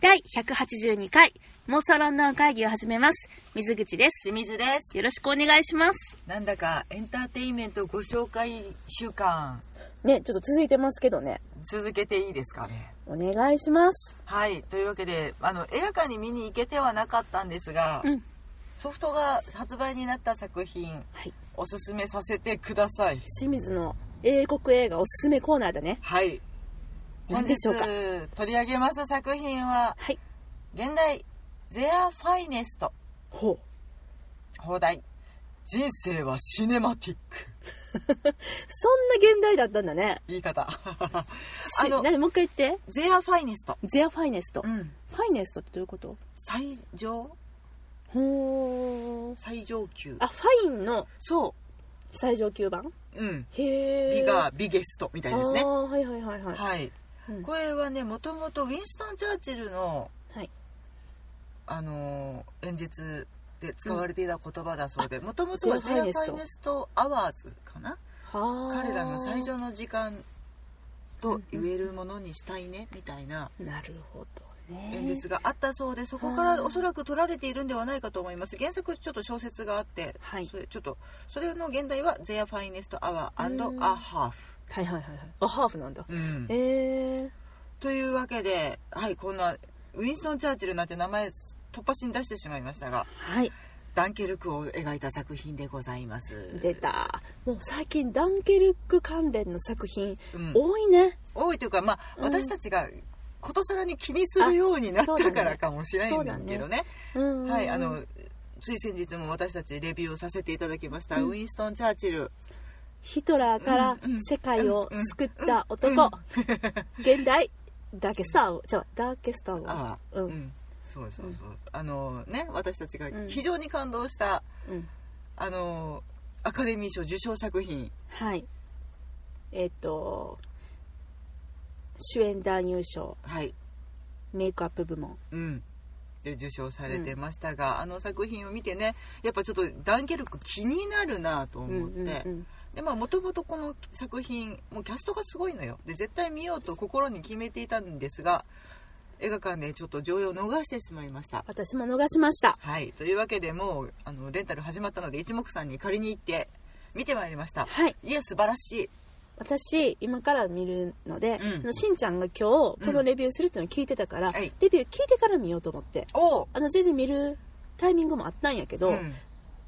第182回、妄想論論会議を始めます。水口です。清水ですよろしくお願いします。なんだかエンターテインメントご紹介週間ね、ちょっと続いてますけどね。続けていいですかねお願いします。はいというわけであの映画館に見に行けてはなかったんですが、うんソフトが発売になった作品、はいおすすめさせてください清水の英国映画おすすめコーナーだね。はい何でしょうか本日取り上げます作品ははい。現代「Their Finest ほう。」放題「人生はシネマティックそんな現代だったんだね。」言い方ああのの、何もう一回言って。 「Their Finest ゼアファイネスト」。フうんァイネストってどういうこと最上ほー。最上級あ、ファインのそ最上級版ううんへー。ビガービゲストみたいですねあーはいはいはいはい。はいうんこれはねもともとウィンストン・チャーチルの、はいあのー演説で使われていた言葉だそうでもともとは「ゼゼロア・フファイネストァイネスト・アワーズ」かなはー彼らの最上の時間と言えるものにしたいねみたいななるほどね演説があったそうでそこかあーらおそらく取られているんではないかと思います原作ちょっと小説があって、はいそれちょっとそれの現代は「ゼア・ファイネスト・アワーうん a half はいはいはいはいあハーフなんだ」うんえー、というわけで、はい、こんなウィンストン・チャーチルなんて名前突発に出してしまいましたがはいダンケルクを描いた作品でございます出たもう最近ダンケルク関連の作品うん多いね、多いというか、まあうん私たちがことさらに気にするようになっあそうだたねからかもしれないんだけどねうんうんはいあのつい先日も私たちレビューをさせていただきました、ウィンストン・チャーチルヒトラーからうんうん世界を救った男、うんうん現代ダーケスターをじゃあダーケスターをああうんそうそうそう、あのね私たちがうん非常に感動した、うんあのアカデミー賞受賞作品はいえっ、と主演男優賞はいメイクアップ部門うん、で受賞されてましたが、あの作品を見てねやっぱちょっとダンケルク気になるなと思って、うんでまあもともとこの作品もうキャストがすごいのよで絶対見ようと心に決めていたんですが映画館でちょっと上映を逃してしまいました私も逃しましたはいというわけでもうあのレンタル始まったので一目散に借りに行って見てまいりましたはいいや素晴らしい私今から見るので、うんあのしんちゃんが今日このレビューするっていうのを聞いてたから、はいレビュー聞いてから見ようと思っておうあの全然見るタイミングもあったんやけど、うん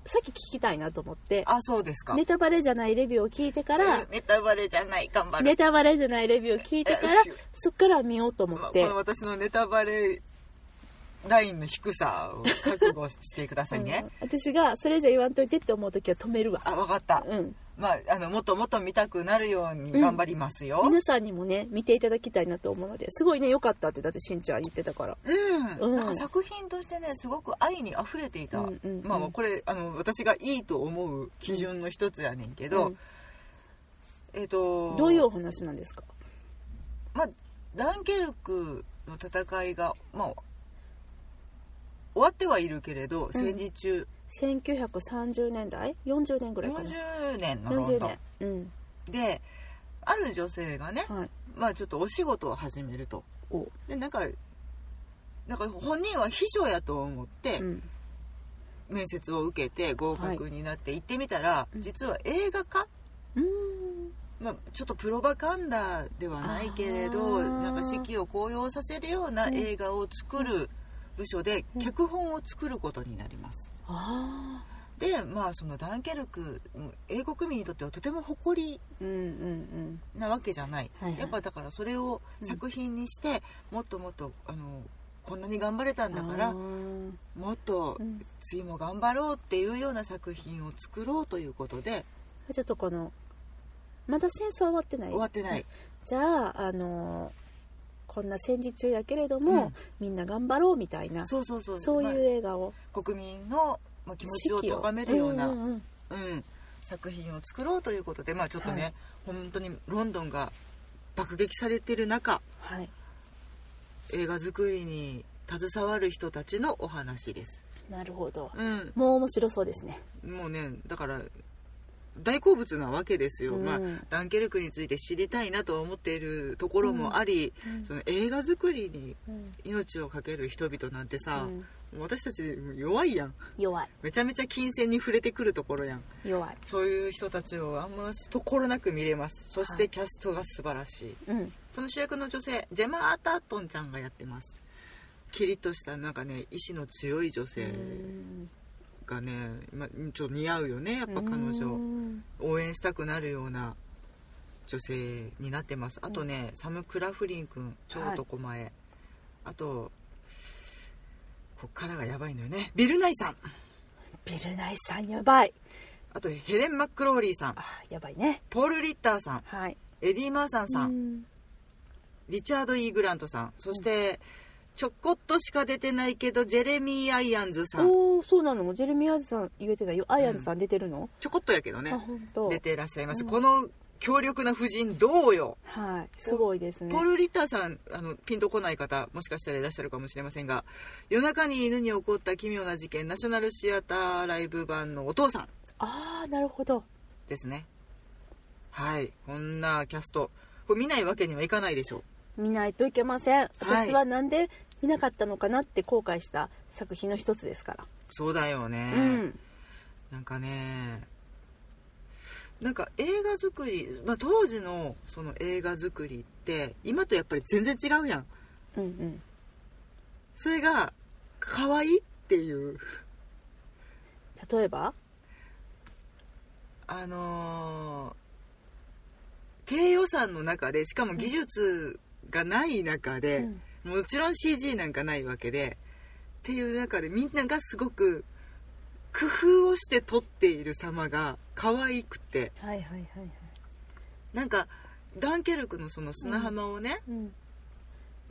さっき聞きたいなと思ってあそうですかネタバレじゃないレビューを聞いてから、ネタバレじゃない頑張るネタバレじゃないレビューを聞いてからうんそっから見ようと思っまこて、。れ私のネタバレラインの低さを覚悟してくださいねうん私がそれじゃ言わんといてって思う時は止めるわあ、わかった。うん、まあ、あの、もっともっと見たくなるように頑張りますよ。うん。皆さんにもね見ていただきたいなと思うのですごいね良かったってだってしんちゃん言ってたからうんなんか作品としてね、すごく愛に溢れていた。うんうんうんまあ、これ、あの、私がいいと思う基準の一つやねんけど、うんえっ、と、どういうお話なんですかまあ、ダンケルクの戦いが、まあ、終わってはいるけれど、戦時中、 1930年代40年ぐらいかな40年のロン40ドン年うんである女性がね、はいまあちょっとお仕事を始めるとおでなんかなんか本人は秘書やと思ってうん面接を受けて合格になって行ってみたら、うん実は映画化、うーんまあ、ちょっとプロパガンダではないけれあどーなんか士気を高揚させるような映画を作る部署でうん脚本を作ることになります。ああでまあそのダンケルク英国民にとってはとても誇りうんうんなわけじゃない、はいはいやっぱだからそれを作品にして、もっともっとあのこんなに頑張れたうんんだかあらーもっとうん次も頑張ろうっていうような作品を作ろうということでちょっとこのまだ戦争終わってない終わってない、じゃああのーこんな戦時中やけれども、うんみんな頑張ろうみたいなそそうそうそうういう映画を、まあ国民の、まあ、気持ちを士気高めるような、んんんうん作品を作ろうということでまあちょっとね、は本当にロンドンが爆撃されてる中はい映画作りに携わる人たちのお話です。なるほどうん、もう面白そうですねもうねだから大好物なわけですよ、うんまあ、ダンケルクについて知りたいなと思っているところもあり、その映画作りにうん命を懸ける人々なんてさう、んもう私たち弱いやん弱いめちゃめちゃ金銭に触れてくるところやん弱いそういう人たちをあんま心なく見れますそしはていキャストが素晴らしい、うんその主役の女性ジェマ・アータートンちゃんがやってますキリッとしたなんかね意志の強い女性うんがね今ちょっと似合うよねやっぱ彼う女ん応援したくなるような女性になってますあとね、サム・クラフリン君超男前、あとこっからがやばいのよねビル・ナイさんビルナイさんやばいあとヘレン・マックローリーさんあやばいねポール・リッターさんはいエディ・マーサンさん、うんリチャード・イーグラントさんそしてちょこっとしか出てないけどジェレミー・アイアンズさんおおそうなのジェレミー・アイズさん言えてたよアイアンズさん出てるのちょこっとやけどねあ本当出ていらっしゃいます、うんこの強力な夫人どうよ、はいすごいですねポール・リッターさんあのピンとこない方もしかしたらいらっしゃるかもしれませんが夜中に犬に起こった奇妙な事件ナショナルシアターライブ版のお父さんああなるほどですねはいこんなキャストこれ見ないわけにはいかないでしょう見ないといけませんはい私はなんで見なかったのかなって後悔した作品の一つですから、そうだよね、うんなんかねなんか映画作り、まあ、当時のその映画作りって今とやっぱり全然違うやんうんうんそれが可愛いっていう例えばあのー低予算の中でしかも技術がない中うで、んもちろん CG なんかないわけでっていう中でみんながすごく工夫をして撮っている様が可愛くてはいはいはいはいなんかダンケルクのその砂浜をね、うん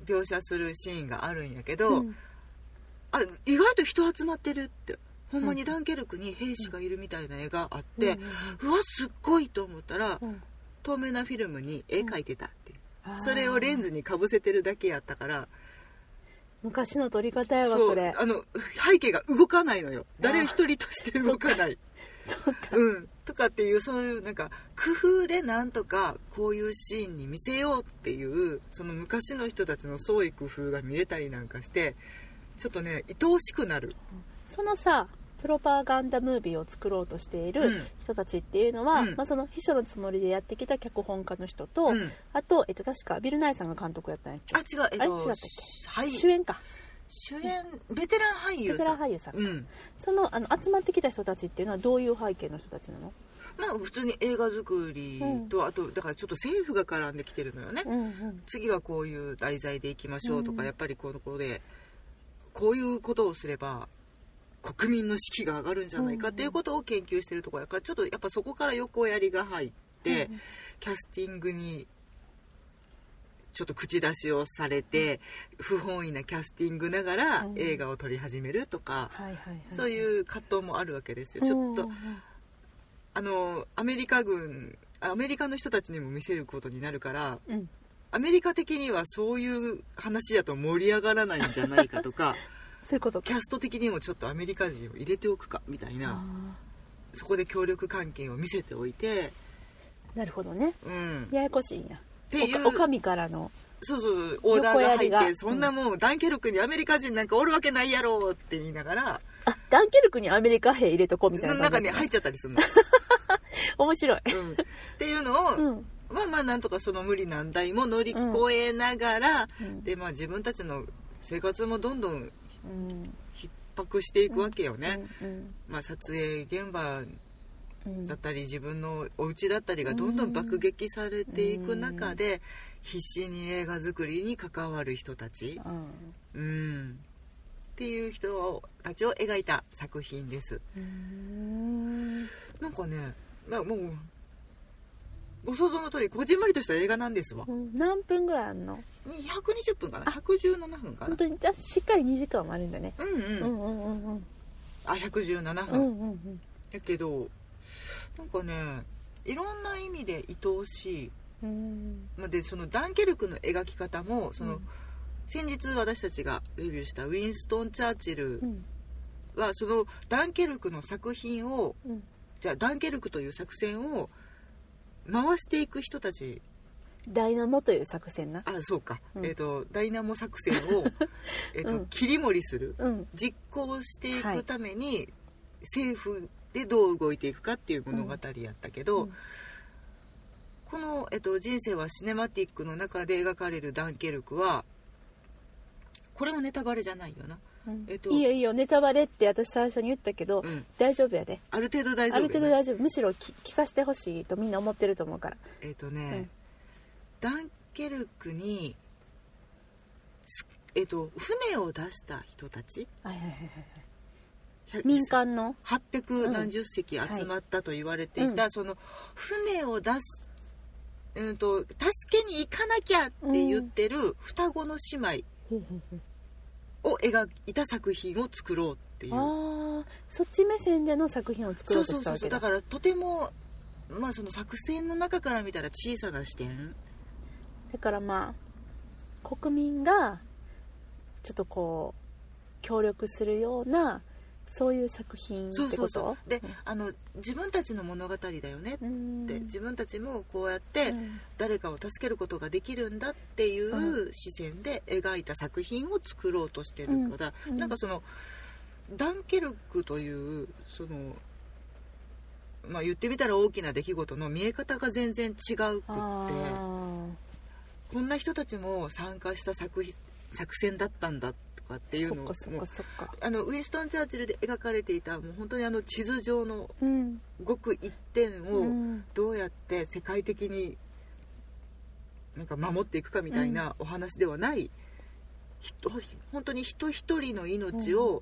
描写するシーンがあるんやけど、うんあ意外と人集まってるってほんまにうんダンケルクに兵士がいるみたいな絵があっうてん、うわすっごいと思ったらうんうん透明なフィルムに絵描いてたっていう、あーそれをレンズにかぶせてるだけやったから昔の撮り方やわそそうれあの背景が動かないのよー誰一人として動か ない。うん、とかっていうそういうなんか工夫でなんとかこういうシーンに見せようっていうその昔の人たちの創意工夫が見れたりなんかしてちょっとね愛おしくなる、そのさプロパガンダムービーを作ろうとしていうる人たちっていうのは、うんまあ、その秘書のつもりでやってきた脚本家の人と、うんあと、えっと、確かビル・ナイさんが監督やったんやっけあ違うえっあれ違とったっけはい主演か主演ベテラン俳ベ優テさランん俳優さん、うんそのあの集まってきた人たちっていうのはどういう背景の人たちなの、まあ普通に映画作りと、あとだからちょっと政府が絡んできてるのよね、うんうん、次はこういう題材でいきましょうとか、うんやっぱりこのこでこういうことをすれば国民の士気が上がるんじゃないかうんっていうことを研究してるところやからちょっとやっぱそこから横やりが入って、キャスティングにちょっと口出しをされて、不本意なキャスティングながらうん映画を撮り始めるとか、はいはいはい、そうういう葛藤もあるわけですよ。ちょっとんうんあのアメリカ軍アメリカの人たちにも見せることになるからうん、うんアメリカ的にはそういう話だと盛り上がらないんじゃないか とかそういうことキャスト的にもちょっとアメリカ人を入れておくかみたいなあそこで協力関係を見せておいて、ーなるほどねうん、ややこしいなっていうおかお上からのそうそうそうオーダーが横入っやりてがそんなもうダンケルクにアメリカ人なんかおるわけないやろって言いながらあダンケルクにアメリカ兵入れとこうみたいな中感にじ入っちゃったり するの、面白い、うん、っていうのを、うんまあまあなんとかその無理難題も乗り越えながら、うんでまあ自分たちの生活もどんどんうん逼迫していくわけよね。うんまあ、撮影現場うんだったり自分のお家だったりがどんどん爆撃されていく中で必死に映画作りに関わる人たち、うん、っていう人たちを描いた作品です。うんなんかねまあもうご想像の通りこじんまりとした映画なんですわうん何分ぐらいあんの120分かなあ117分かな本当にじゃあしっかり2時間もあるんだねうんううんんうんうんうんあ117う分、んうんうんやけどなんかねいろんな意味で愛おしいうんまあでそのダンケルクの描き方もそうの、ん先日私たちがレビューしたウィンストン・チャーチルうんはそのダンケルクの作品をうんじゃあダンケルクという作戦を回していく人たちダイナモという作戦なあそうか、うんえっ、とダイナモ作戦 を、えっとうん切り盛りするうん実行していはくいために、政府でどう動いていくかっていう物語やったけど、うんこの、えっと「人生はシネマティック」の中で描かれるダンケルクはこれもネタバレじゃないよな、うんえっといいよいいよネタバレって私最初に言ったけど、うん、大丈夫やである程度大丈あ夫るよね程度大丈夫むしろき聞かせてほしいとみんな思ってると思うからえっ、とうねん、ダンケルクにすえっ、と船を出した人たちはいはいはいはいひゃ民間の800何十隻集まったと言われていた、うんはいその船を出す、うん、と助けに行かなきゃって言ってる双子の姉妹を描いた作品を作ろうっていう。ああそっち目線での作品を作そろううとそうしたそうわそけうだだからとてもまあその作戦の中から見たら小さな視点だからまあ国民がちょっとこう協力するようなそういう作品ってそこうとそうそうでうんあの自分たちの物語だよねうーんって自分たちもこうやってうん誰かを助けることができるんだっていう視線で描いた作品を作ろうとしてるから、うんなんかそのダンケルクというその、まあ、言ってみたら大きな出来事の見え方が全然違うくあってこんな人たちも参加した作品作戦だったんだとかっていーうそのっをかそっもうかそっかあのウィンストン・チャーチルで描かれていたもう本当にあの地図上のうんごく一点を、うんどうやって世界的になんか守っていくかみたいなお話ではない、ひと本当に人一人の命を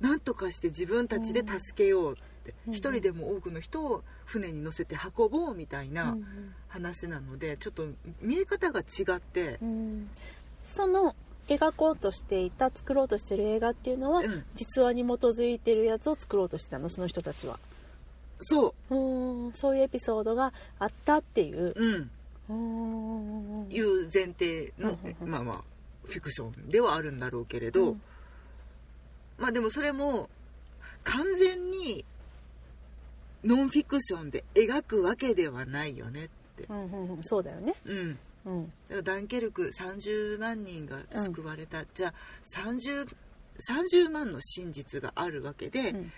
何とかして自分たちで助けようってうん一、人でも多くの人を船に乗せて運ぼうみたいうんうなん話なのでちょっと見え方が違ってう、んその描こうとしていた作ろうとしてる映画っていうのはうん実話に基づいてるやつを作ろうとしてたのその人たちはそうーんそういうエピソードがあったっていうう、うん、うーんいう前提の、うんうんうんまあまあフィクションではあるんだろうけれど、まあでもそれも完全にノンフィクションで描くわけではないよねってう、んうんうんそうだよねうん、だうんからダンケルク30万人が救われた、じゃあ 30, 30万の真実があるわけで,、うん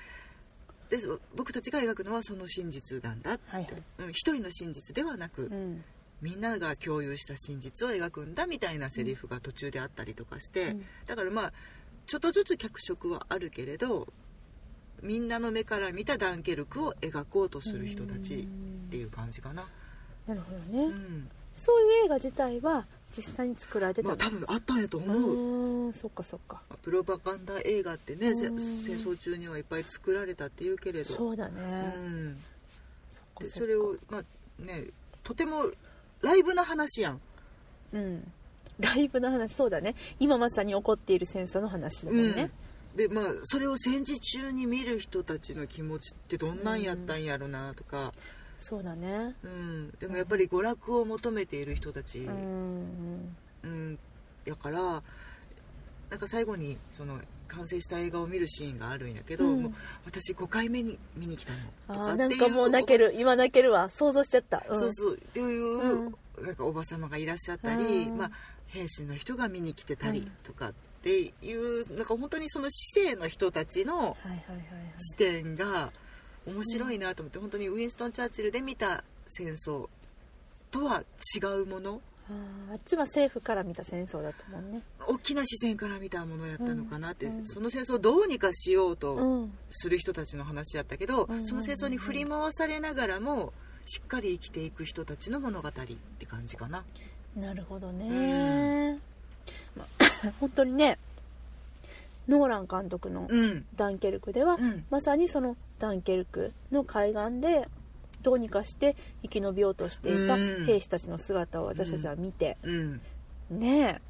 で僕たちが描くのはその真実なんだって、はいはいうん、一人の真実ではなく、うんみんなが共有した真実を描くんだみたいなセリフが途中であったりとかして。うんだからまあちょっとずつ脚色はあるけれどみんなの目から見たダンケルクを描こうとする人たちっていう感じかな、なるほどねうん、そういう映画自体は実際に作られてたまあの多分あったんやとう思ーう、んそっかそっかプロパガンダ映画ってねせう戦ん争中にはいっぱい作られたっていうけれどそうだうねん、そっかでっかそれをまあねとてもライブな話やん、うんライブの話そうだね今まさに起こっている戦争の話だもんね、うんでまあそれを戦時中に見る人たちの気持ちってどんなんやったんやろなとか、そうだねうん、でもやっぱり娯楽を求めている人たち、うんうん、やからなんか最後にその完成した映画を見るシーンがあるんやけど、うんもう私5回目に見に来たのあとかっーてないうんかもう泣ける今泣けるわ想像しちゃった、うん、そうそうっていう、うんなんかおば様がいらっしゃったり、うんまあ、兵士の人が見に来てたうりんとかっていう、なんか本当にその市政の人たちのはいはいはいはい視点が面白いなと思って、本当にウィンストン・チャーチルで見た戦争とは違うものあーあっちは政府から見た戦争だったもんね大きな視線から見たものやったのかなって、うんうんその戦争をどうにかしよううとんする人たちの話やったけど、うんうんうんその戦争に振り回されながらもしっかり生きていく人たちの物語って感じかな。なるほどうね、まあ 本当にねノーラン監督のうん、ダンケルクでは、うんまさにそのダンケルクの海岸でどうにかして生き延びようとしていたうん兵士たちの姿を私たちは見て、うんね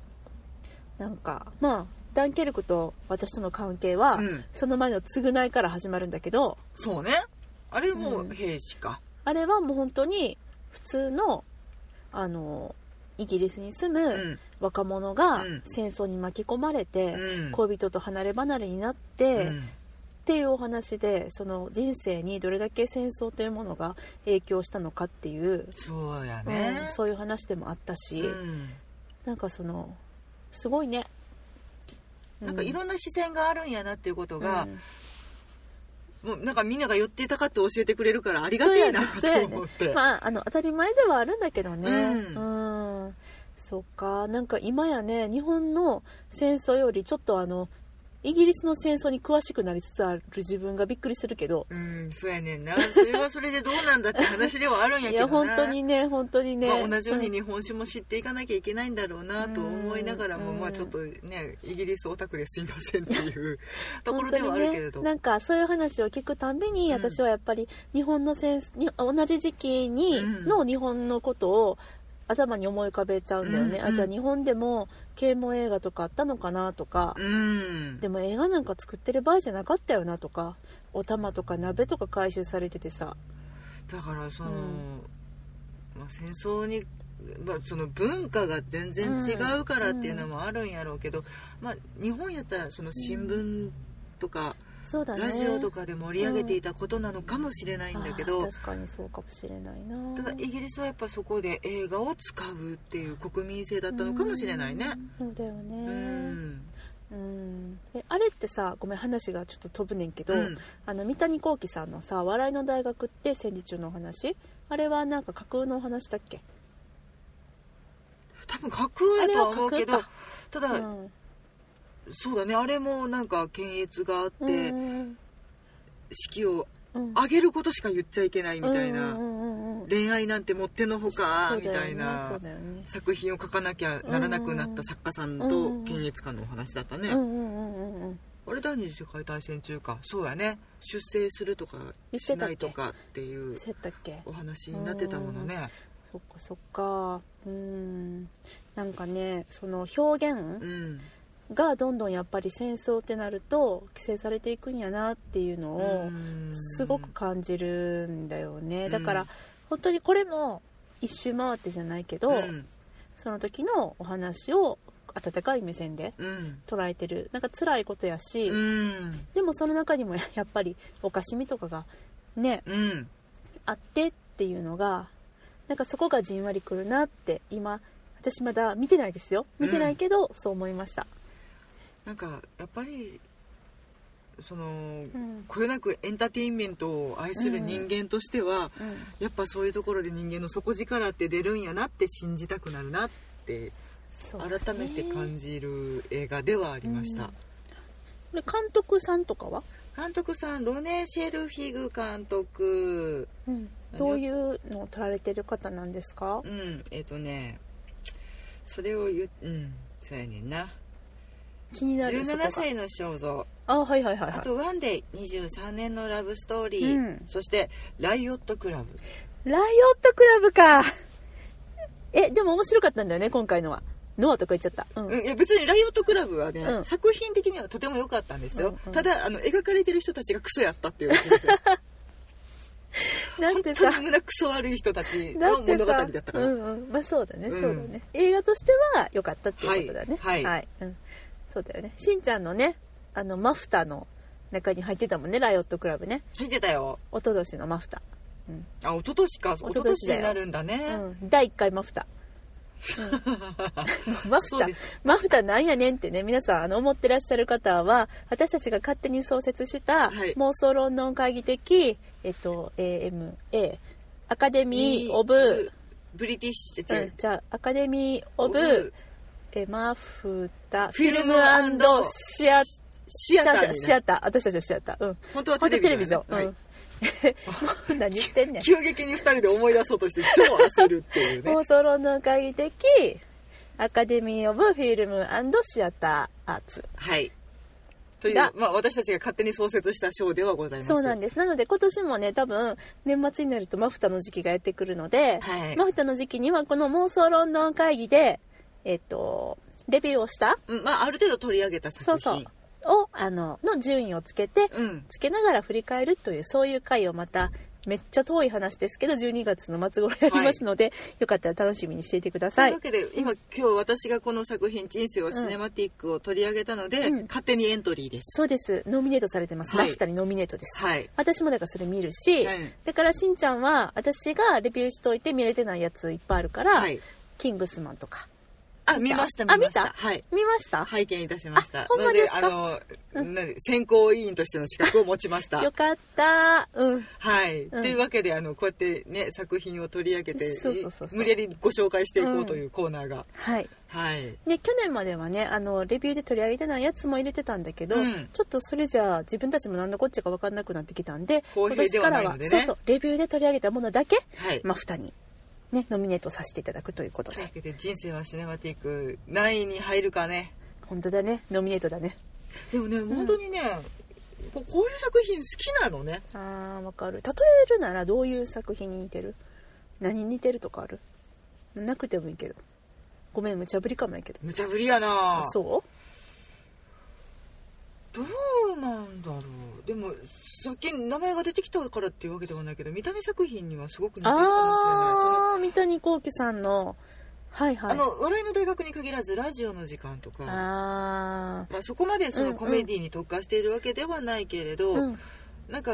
えなんかまあダンケルクと私との関係は、うん、その前の償いから始まるんだけどそうねあれもうん兵士か、あれはもう本当に普通のあのイギリスに住うむん若者がうん戦争に巻き込まれうて、ん恋人と離れ離れになって、うんっていうお話でその人生にどれだけ戦争というものが影響したのかっていう、そうやうんね、そういう話でもあったし、うんなんかそのすごいねなんかいんろんな視線があるんやなっていうことが、うんもうなんかみんなが寄ってたかって教えてくれるからありがてえなそうとやね思って、まああの当たり前ではあるんだけどねううん、そっかなんか今やね日本の戦争よりちょっとあのイギリスの戦争に詳しくなりつつある自分がびっくりするけどうんそうやねんなそれはそれでどうなんだって話ではあるんやいけどやな本当にね本当にね、まあ、同じようにん日本史も知っていかなきゃいけないんだろうなと思いながらも、うんまあ、ちょっとねイギリスオタクですいませんっていうところではあるけれ本ど、当にね、なんかそういう話を聞くたんびにうん私はやっぱり日本の戦に同じ時期にうんの日本のことを頭に思い浮かべちゃうんだよね、うんあじゃあ日本でも啓蒙映画とかあったのかなとか、うんでも映画なんか作ってる場合じゃなかったよなとかお玉とか鍋とか回収されててさだからその、うんまあ、戦争に、まあ、その文化が全然違うからっていうのもあるんやろうけど、まあ、日本やったらその新聞とか、そうだねラジオとかかで盛り上げていたことなのかもしれないんだけど、確かにそうかもしれないなただイギリスはやっぱそこで映画を使うっていう国民性だったのかもしれないね。うんそうだよねうんうんえあれってさごめん話がちょっと飛ぶねんけど、うんあの三谷幸喜さんのさ「笑いの大学」って戦時中のお話あれはなんか架空のお話だっけ多分架空やとは思うけあどれは架ただ、うんそうだねあれもなんか検閲があって、うん式をうん上げることしか言っちゃいけないみたいな、うんうんうんうん恋愛なんてもってのほか、そうみだよたねいなそうだよね作品を書かなきゃならなくなった作家さんとうん検閲官のお話だったね、うんうんうんうんうんあれ第二次世界大戦中かそうやね出征するとか言ってしたっけないとかっていうそうやったっけお話になってたものねそっかそっかうんなんかねその表現うんがどんどんやっぱり戦争ってなると規制されていくんやなっていうのを、うんすごく感じるんだよね、うんだから本当にこれも一周回ってじゃないけど、うんその時のお話を温かい目線でうん捉えてるなんか辛いことやし、うんでもその中にもや やっぱりおかしみとかがねうんあってっていうのがなんかそこがじんわりくるなって今私まだ見てないですよ見てないけど、そう思いました、なんかやっぱりそのうんこよなくエンターテインメントを愛する人間としては、やっぱそういうところで人間の底力って出るんやなって信じたくなるなってそうですね改めて感じる映画ではありました、うんで監督さんとかは、監督さんロネ・シェルヒグ監督どういうのを撮られてる方なんですかうんえっ、とねそれを言ううんそうやねんな気になるそこが17歳の肖像あはいはいはいあはと「ワンデイ23年のラブストーリー、うんそして「ライオットクラブ」いライオットクラブか えでも面白かったんだよね今回のはノアとか言っちゃったうん、うんいや別に「ライオットクラブ」はね、うん作品的にはとても良かったんですよ、うんうんただあの描かれてる人たちがクソやったっていう本 なんてさ当に胸クソ悪い人たちだのって物語ださったかうら、んうんまあそうだね、うんそうだね映画としては良かったっていうことだねはいはいうん、そうだよねしんちゃんのねあのマフターの中に入ってたもんねライオットクラブね入ってたよおととしのマフタあ一昨年か一昨昨年年だよになるんだー、ね、うん、第1回マフター、うん マフそうタでーすマフターなんやねんってね皆さんあの思ってらっしゃる方は私たちが勝手に創設したはい妄想論論会議的、えっと、AMA アカデミー・オブブ・ブリティッシュ、違うんうじゃあアカデミー・オオブブえマフタフィルムシアシアターに、ね、シアター私たちはシアターうん本当はほんでテテレレビビじじゃゃんん、はういん 何言ってんねん急激に2人で思い出そうとして超焦るっていうね妄想論論会議的アカデミー・オブ・フィルムシアターアーツはいというがまあ、私たちが勝手に創設した賞ではございますそうなんですなので今年もね多分年末になるとマフタの時期がやってくるので、はいマフタの時期にはこの妄想ロンドン会議でえっとレビューをしたうんまあ、ある程度取り上げたそう作品そうをあのの順位をつけてうんつけながら振り返るというそういう回をまためっちゃ遠い話ですけど12月の末頃やりますので、よかったら楽しみにしていてくだとさいういわ。けで今今日私がこの作品「人生はシネマティック」を取り上げたので、うん勝手にエントリーです。そうですノミネートされてます、はいラフタにノミネートです、はい、私もだからそれ見るし、はいだからしんちゃんは私がレビューしといて見れてないやついっぱいあるから、はい、キングスマンとかあ見ましたあ見ました見たはい見ました、拝見いたしましたあほんまですかのであの、何選考委員としての資格を持ちましたよかったうんはい、うんというわけであのこうやってね作品を取り上げてそうそうそうそう無理やりご紹介していこうというコーナーが、はいはいで去年まではねあのレビューで取り上げてないやつも入れてたんだけど、うんちょっとそれじゃあ自分たちも何のこっちゃか分かんなくなってきたんで公今平で年かはらないは、のでねそうそうレビューで取り上げたものだけ、はい、まあ、2に、ね、ノミネートさせていただくということというわでけで人生はシネマティック何位に入るかね本当だねノミネートだねでもね、本当にねここういう作品好きなのねあーわかる例えるならどういう作品に似てる何に似てるとかあるなくてもいいけどごめん無茶ぶりかもやけど無茶ぶりやなそうどうなんだろうでもさっき名前が出てきたからっていうわけではないけど見た目作品にはすごく似てるかもしれないそのああ三谷幸喜さんのはいはいあの笑いの大学に限らずラジオの時間とかあまあ、そこまでそうんうのんコメディに特化しているわけではないけれーど、うんなんか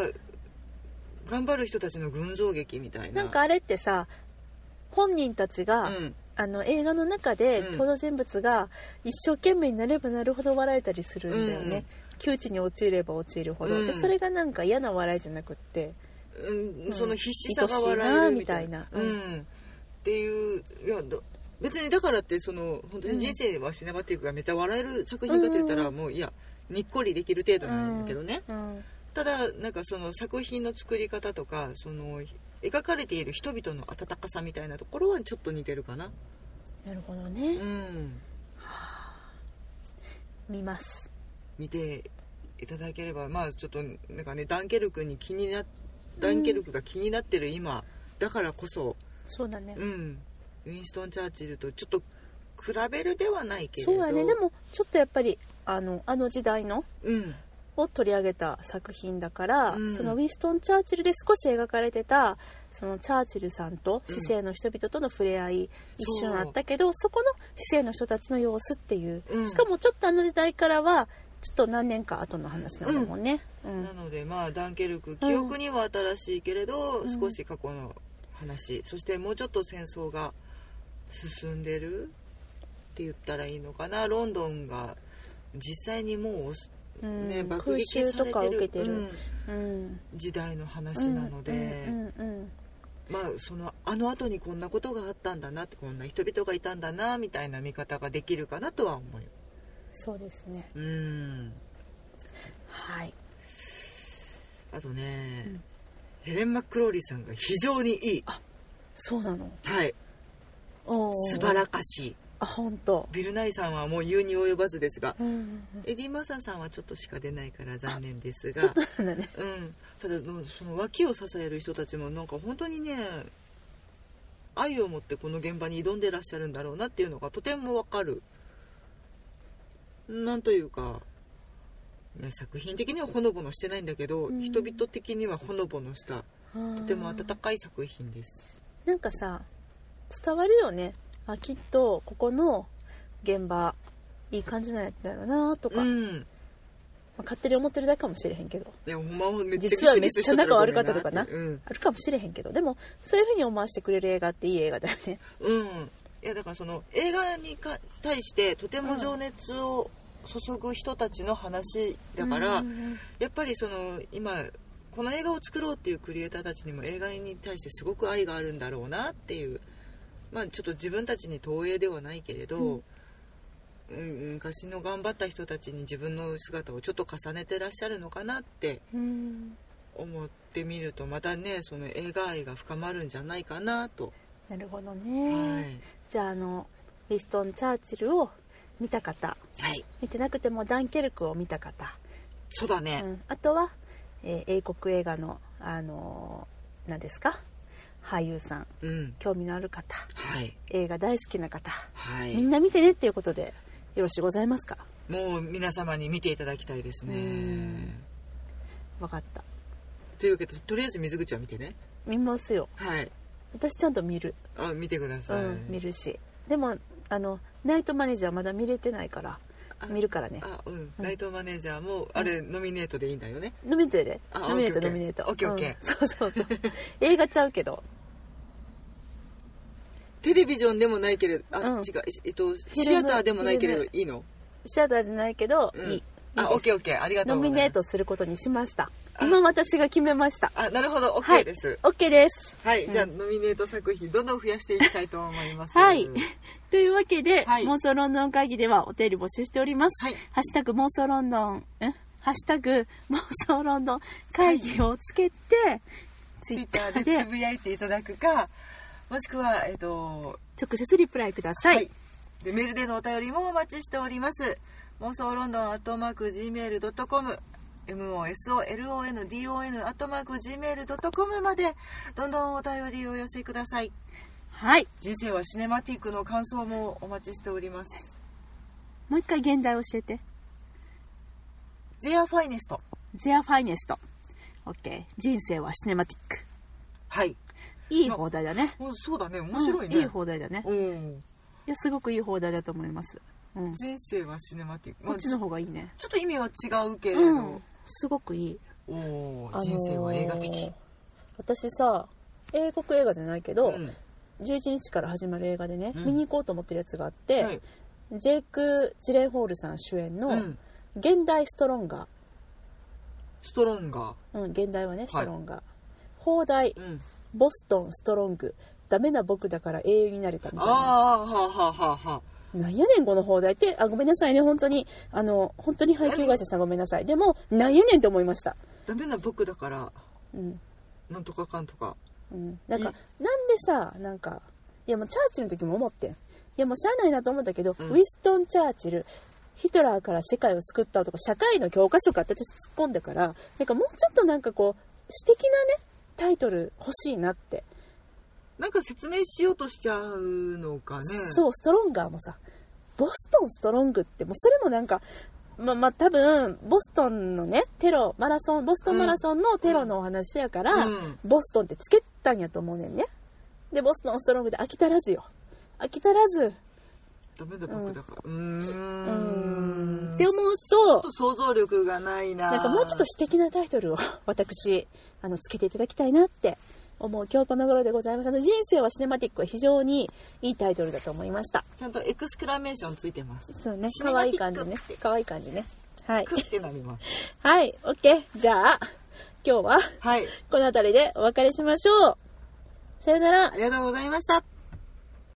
頑張る人たちの群像劇みたいななんかあれってさ本人たちが、うん、あの映画の中でうん登場人物が一生懸命になればなるほど笑えたりするんだようんうねん、窮地に陥れば陥るほど、でうんそれがなんか嫌な笑いじゃなくってうんうんその必死さが笑えるみたいな。愛しいなみたいなうんっていういやだ別にだからってその本当に人生はシネマティックがめっちゃ笑える作品かと言ったら、うもういやにっこりできる程度なんだけどね、うんただなんかその作品の作り方とかその描かれている人々の温かさみたいなところはちょっと似てるかな。なるほどね、うん見ます見ていただければまあちょっとなんかねダンケルクに気になダンケルクが気になってる今、だからこそ、そうだね、うん、ウィンストン・チャーチルとちょっと比べるではないけれどそうやねでもちょっとやっぱりあのあの時代のうんを取り上げた作品だから、うんそのウィンストン・チャーチルで少し描かれてたそのチャーチルさんと市政の人々との触れ合い、一瞬あったけどそこの市政の人たちの様子っていう、うんしかもちょっとあの時代からはちょっと何年か後の話なんだもんね、うんなのでまあダンケルク記憶には新しいけれど、うん少し過去の話そしてもうちょっと戦争が進んでるって言ったらいいのかなロンドンが実際にもうう、んね爆空撃襲さとれかて受るけてる、うんうん時代の話なので。うんうんうんまあ、そのあの後にこんなことがあったんだなってこんな人々がいたんだなみたいな見方ができるかなとは思うそうですねうんはいあとね、うんヘレン・マックローリーさんが非常にいい、そうなのはい、おー素晴らかしいあ本当。ビル・ナイさんはもう言うに及ばずですがうんうんうんエディ・マーサンさんはちょっとしか出ないから残念ですちょっがとなんだねうん、ただのその脇を支える人たちもなんか本当にね愛を持ってこの現場に挑んでらっしゃるんだろうなっていうのがとてもわかるなんというか、ね、作品的にはほのぼのしてないんだけど、うん人々的にはほのぼのしたととても温かい作品です、なんかさ伝わるよねあきっとここの現場いい感じなんやったよなとか、まうんあ勝手に思ってるだけかもしれへんけどいやほんまはめっちゃ実はギスギスしとっめったらちゃ仲悪かったとかなごめんなってあるかもしれへんけどでもそういうふうに思わせてくれる映画っていい映画だよねうん、うん、いやだからその映画にか対してとても情熱を注ぐ人たちの話だから、うんやっぱりその今この映画を作ろうっていうクリエイターたちにも映画に対してすごく愛があるんだろうなっていう、まあ、ちょっと自分たちに投影ではないけれど、ううん昔の頑張った人たちに自分の姿をちょっと重ねてらっしゃるのかなってうん思ってみるとまたねその映画愛が深まるんじゃないかなと、なるほどね、はいじゃああのウィストン・チャーチルを見た方はい、見てなくてもダンケルクを見た方、そうだねう、ん、あとは、えー英国映画のあのー何ですか俳優さんうん興味のある方はい映画大好きな方はみいんな見てねっていうことでよろしゅうございますかもう皆様に見ていただきたいですね、うん分かったというわけでとりあえず水口は見てね見ますよはい私ちゃんと見るあ見てくだうさい、ん見るしでもあのナイトマネージャーまだ見れてないからあ見るからねあうん内藤マネージャーもあれノミネートでいいんだよねノミネートやであノミネートオッケーノミネートオッケーオッケーうんそうそうそう映画ちゃうけどテレビジョンでもないけれどあ、うん違うえっとシアターでもないけれどフいいのシアターじゃないけど、うんいいあオッケーオッケーありがとノうごミざいますネートすることにしましたあ今私が決めましたあなるほどオッケはーいです、 OK ですはいうんじゃあ、ノミネート作品どんどん増やしていきたいと思いますはい というわけで、はい妄想ロンドン会議ではお便り募集しております、はいハッシュタグ妄想ロンドンんハッシュタグ妄想ロンドン会議をつけて、ツツイイッッタターー ででつぶやいていただくかもしくはえっと直接リプライください、でメールでのお便りもお待ちしております妄想ロンドンアットマーク Gmail.com mosolondon アットマーク Gmail.com までどんどんお便りをお寄せくださいはい人生はシネマティックの感想もお待ちしておりますもう一回現代教えて They are finest Their finest OK 人生はシネマティックはいいい放題だねおそうだね面白いね、うんいい放題だねうんいやすごくいい放題だと思います、うん、こ人生はシネマティック、まっあ、ちちょの方がいいねっと意味は違うけれど、うんすごくいいおあーのー人生は映画的、私さ英国映画じゃないけど、うん11日から始まる映画でね、うん見に行こうと思ってるやつがあって、はいジェイク・ジレンホールさん主演うのん、 「現代ストロンガストロンガー、ー」うん、現代はねストロンガー、放題うん、 「ボストン・ストロング」「ダメな僕だから英雄になれた」みたいなああはあはあはあはあなんやねんこの放題ってあごめんなさいね本当にあの本当に配給会社さんごめんなさいでもなんやねんって思いましたダメな僕だからうんなんとかかんとかうん、なんかなんでさなんかいやもうチャーチルの時も思ってんいやもうしゃあないなと思ったけど、うんウィストン・チャーチルヒトラーから世界を救ったとか社会の教科書かって私突っ込んだからなんかもうちょっとなんかこう詩的なねタイトル欲しいなって、なんか説明しようとしちゃうのかねそうストロンガーもさボストン・ストロングってもうそれもなんかまあまあ多分ボストンのねテロマラソンボストンマラソンのテロのお話やから、うんボストンってつけたんやと思うねんねでボストンストロングで飽き足らずよ飽き足らずダメな僕だからうーんうーんんってちょ思うっとと想像力がないななんかもうちょっと詩的なタイトルを 私あのつけていただきたいなって思う今日この頃でございますあの人生はシネマティックは非常にいいタイトルだと思いましたちゃんとエクスクラメーションついてますそうねシネ可マ愛ティいック感じね可愛い感じねはいクってなりますはいオッケーじゃあ今日ははいこの辺りでお別れしましょうさよならありがとうございました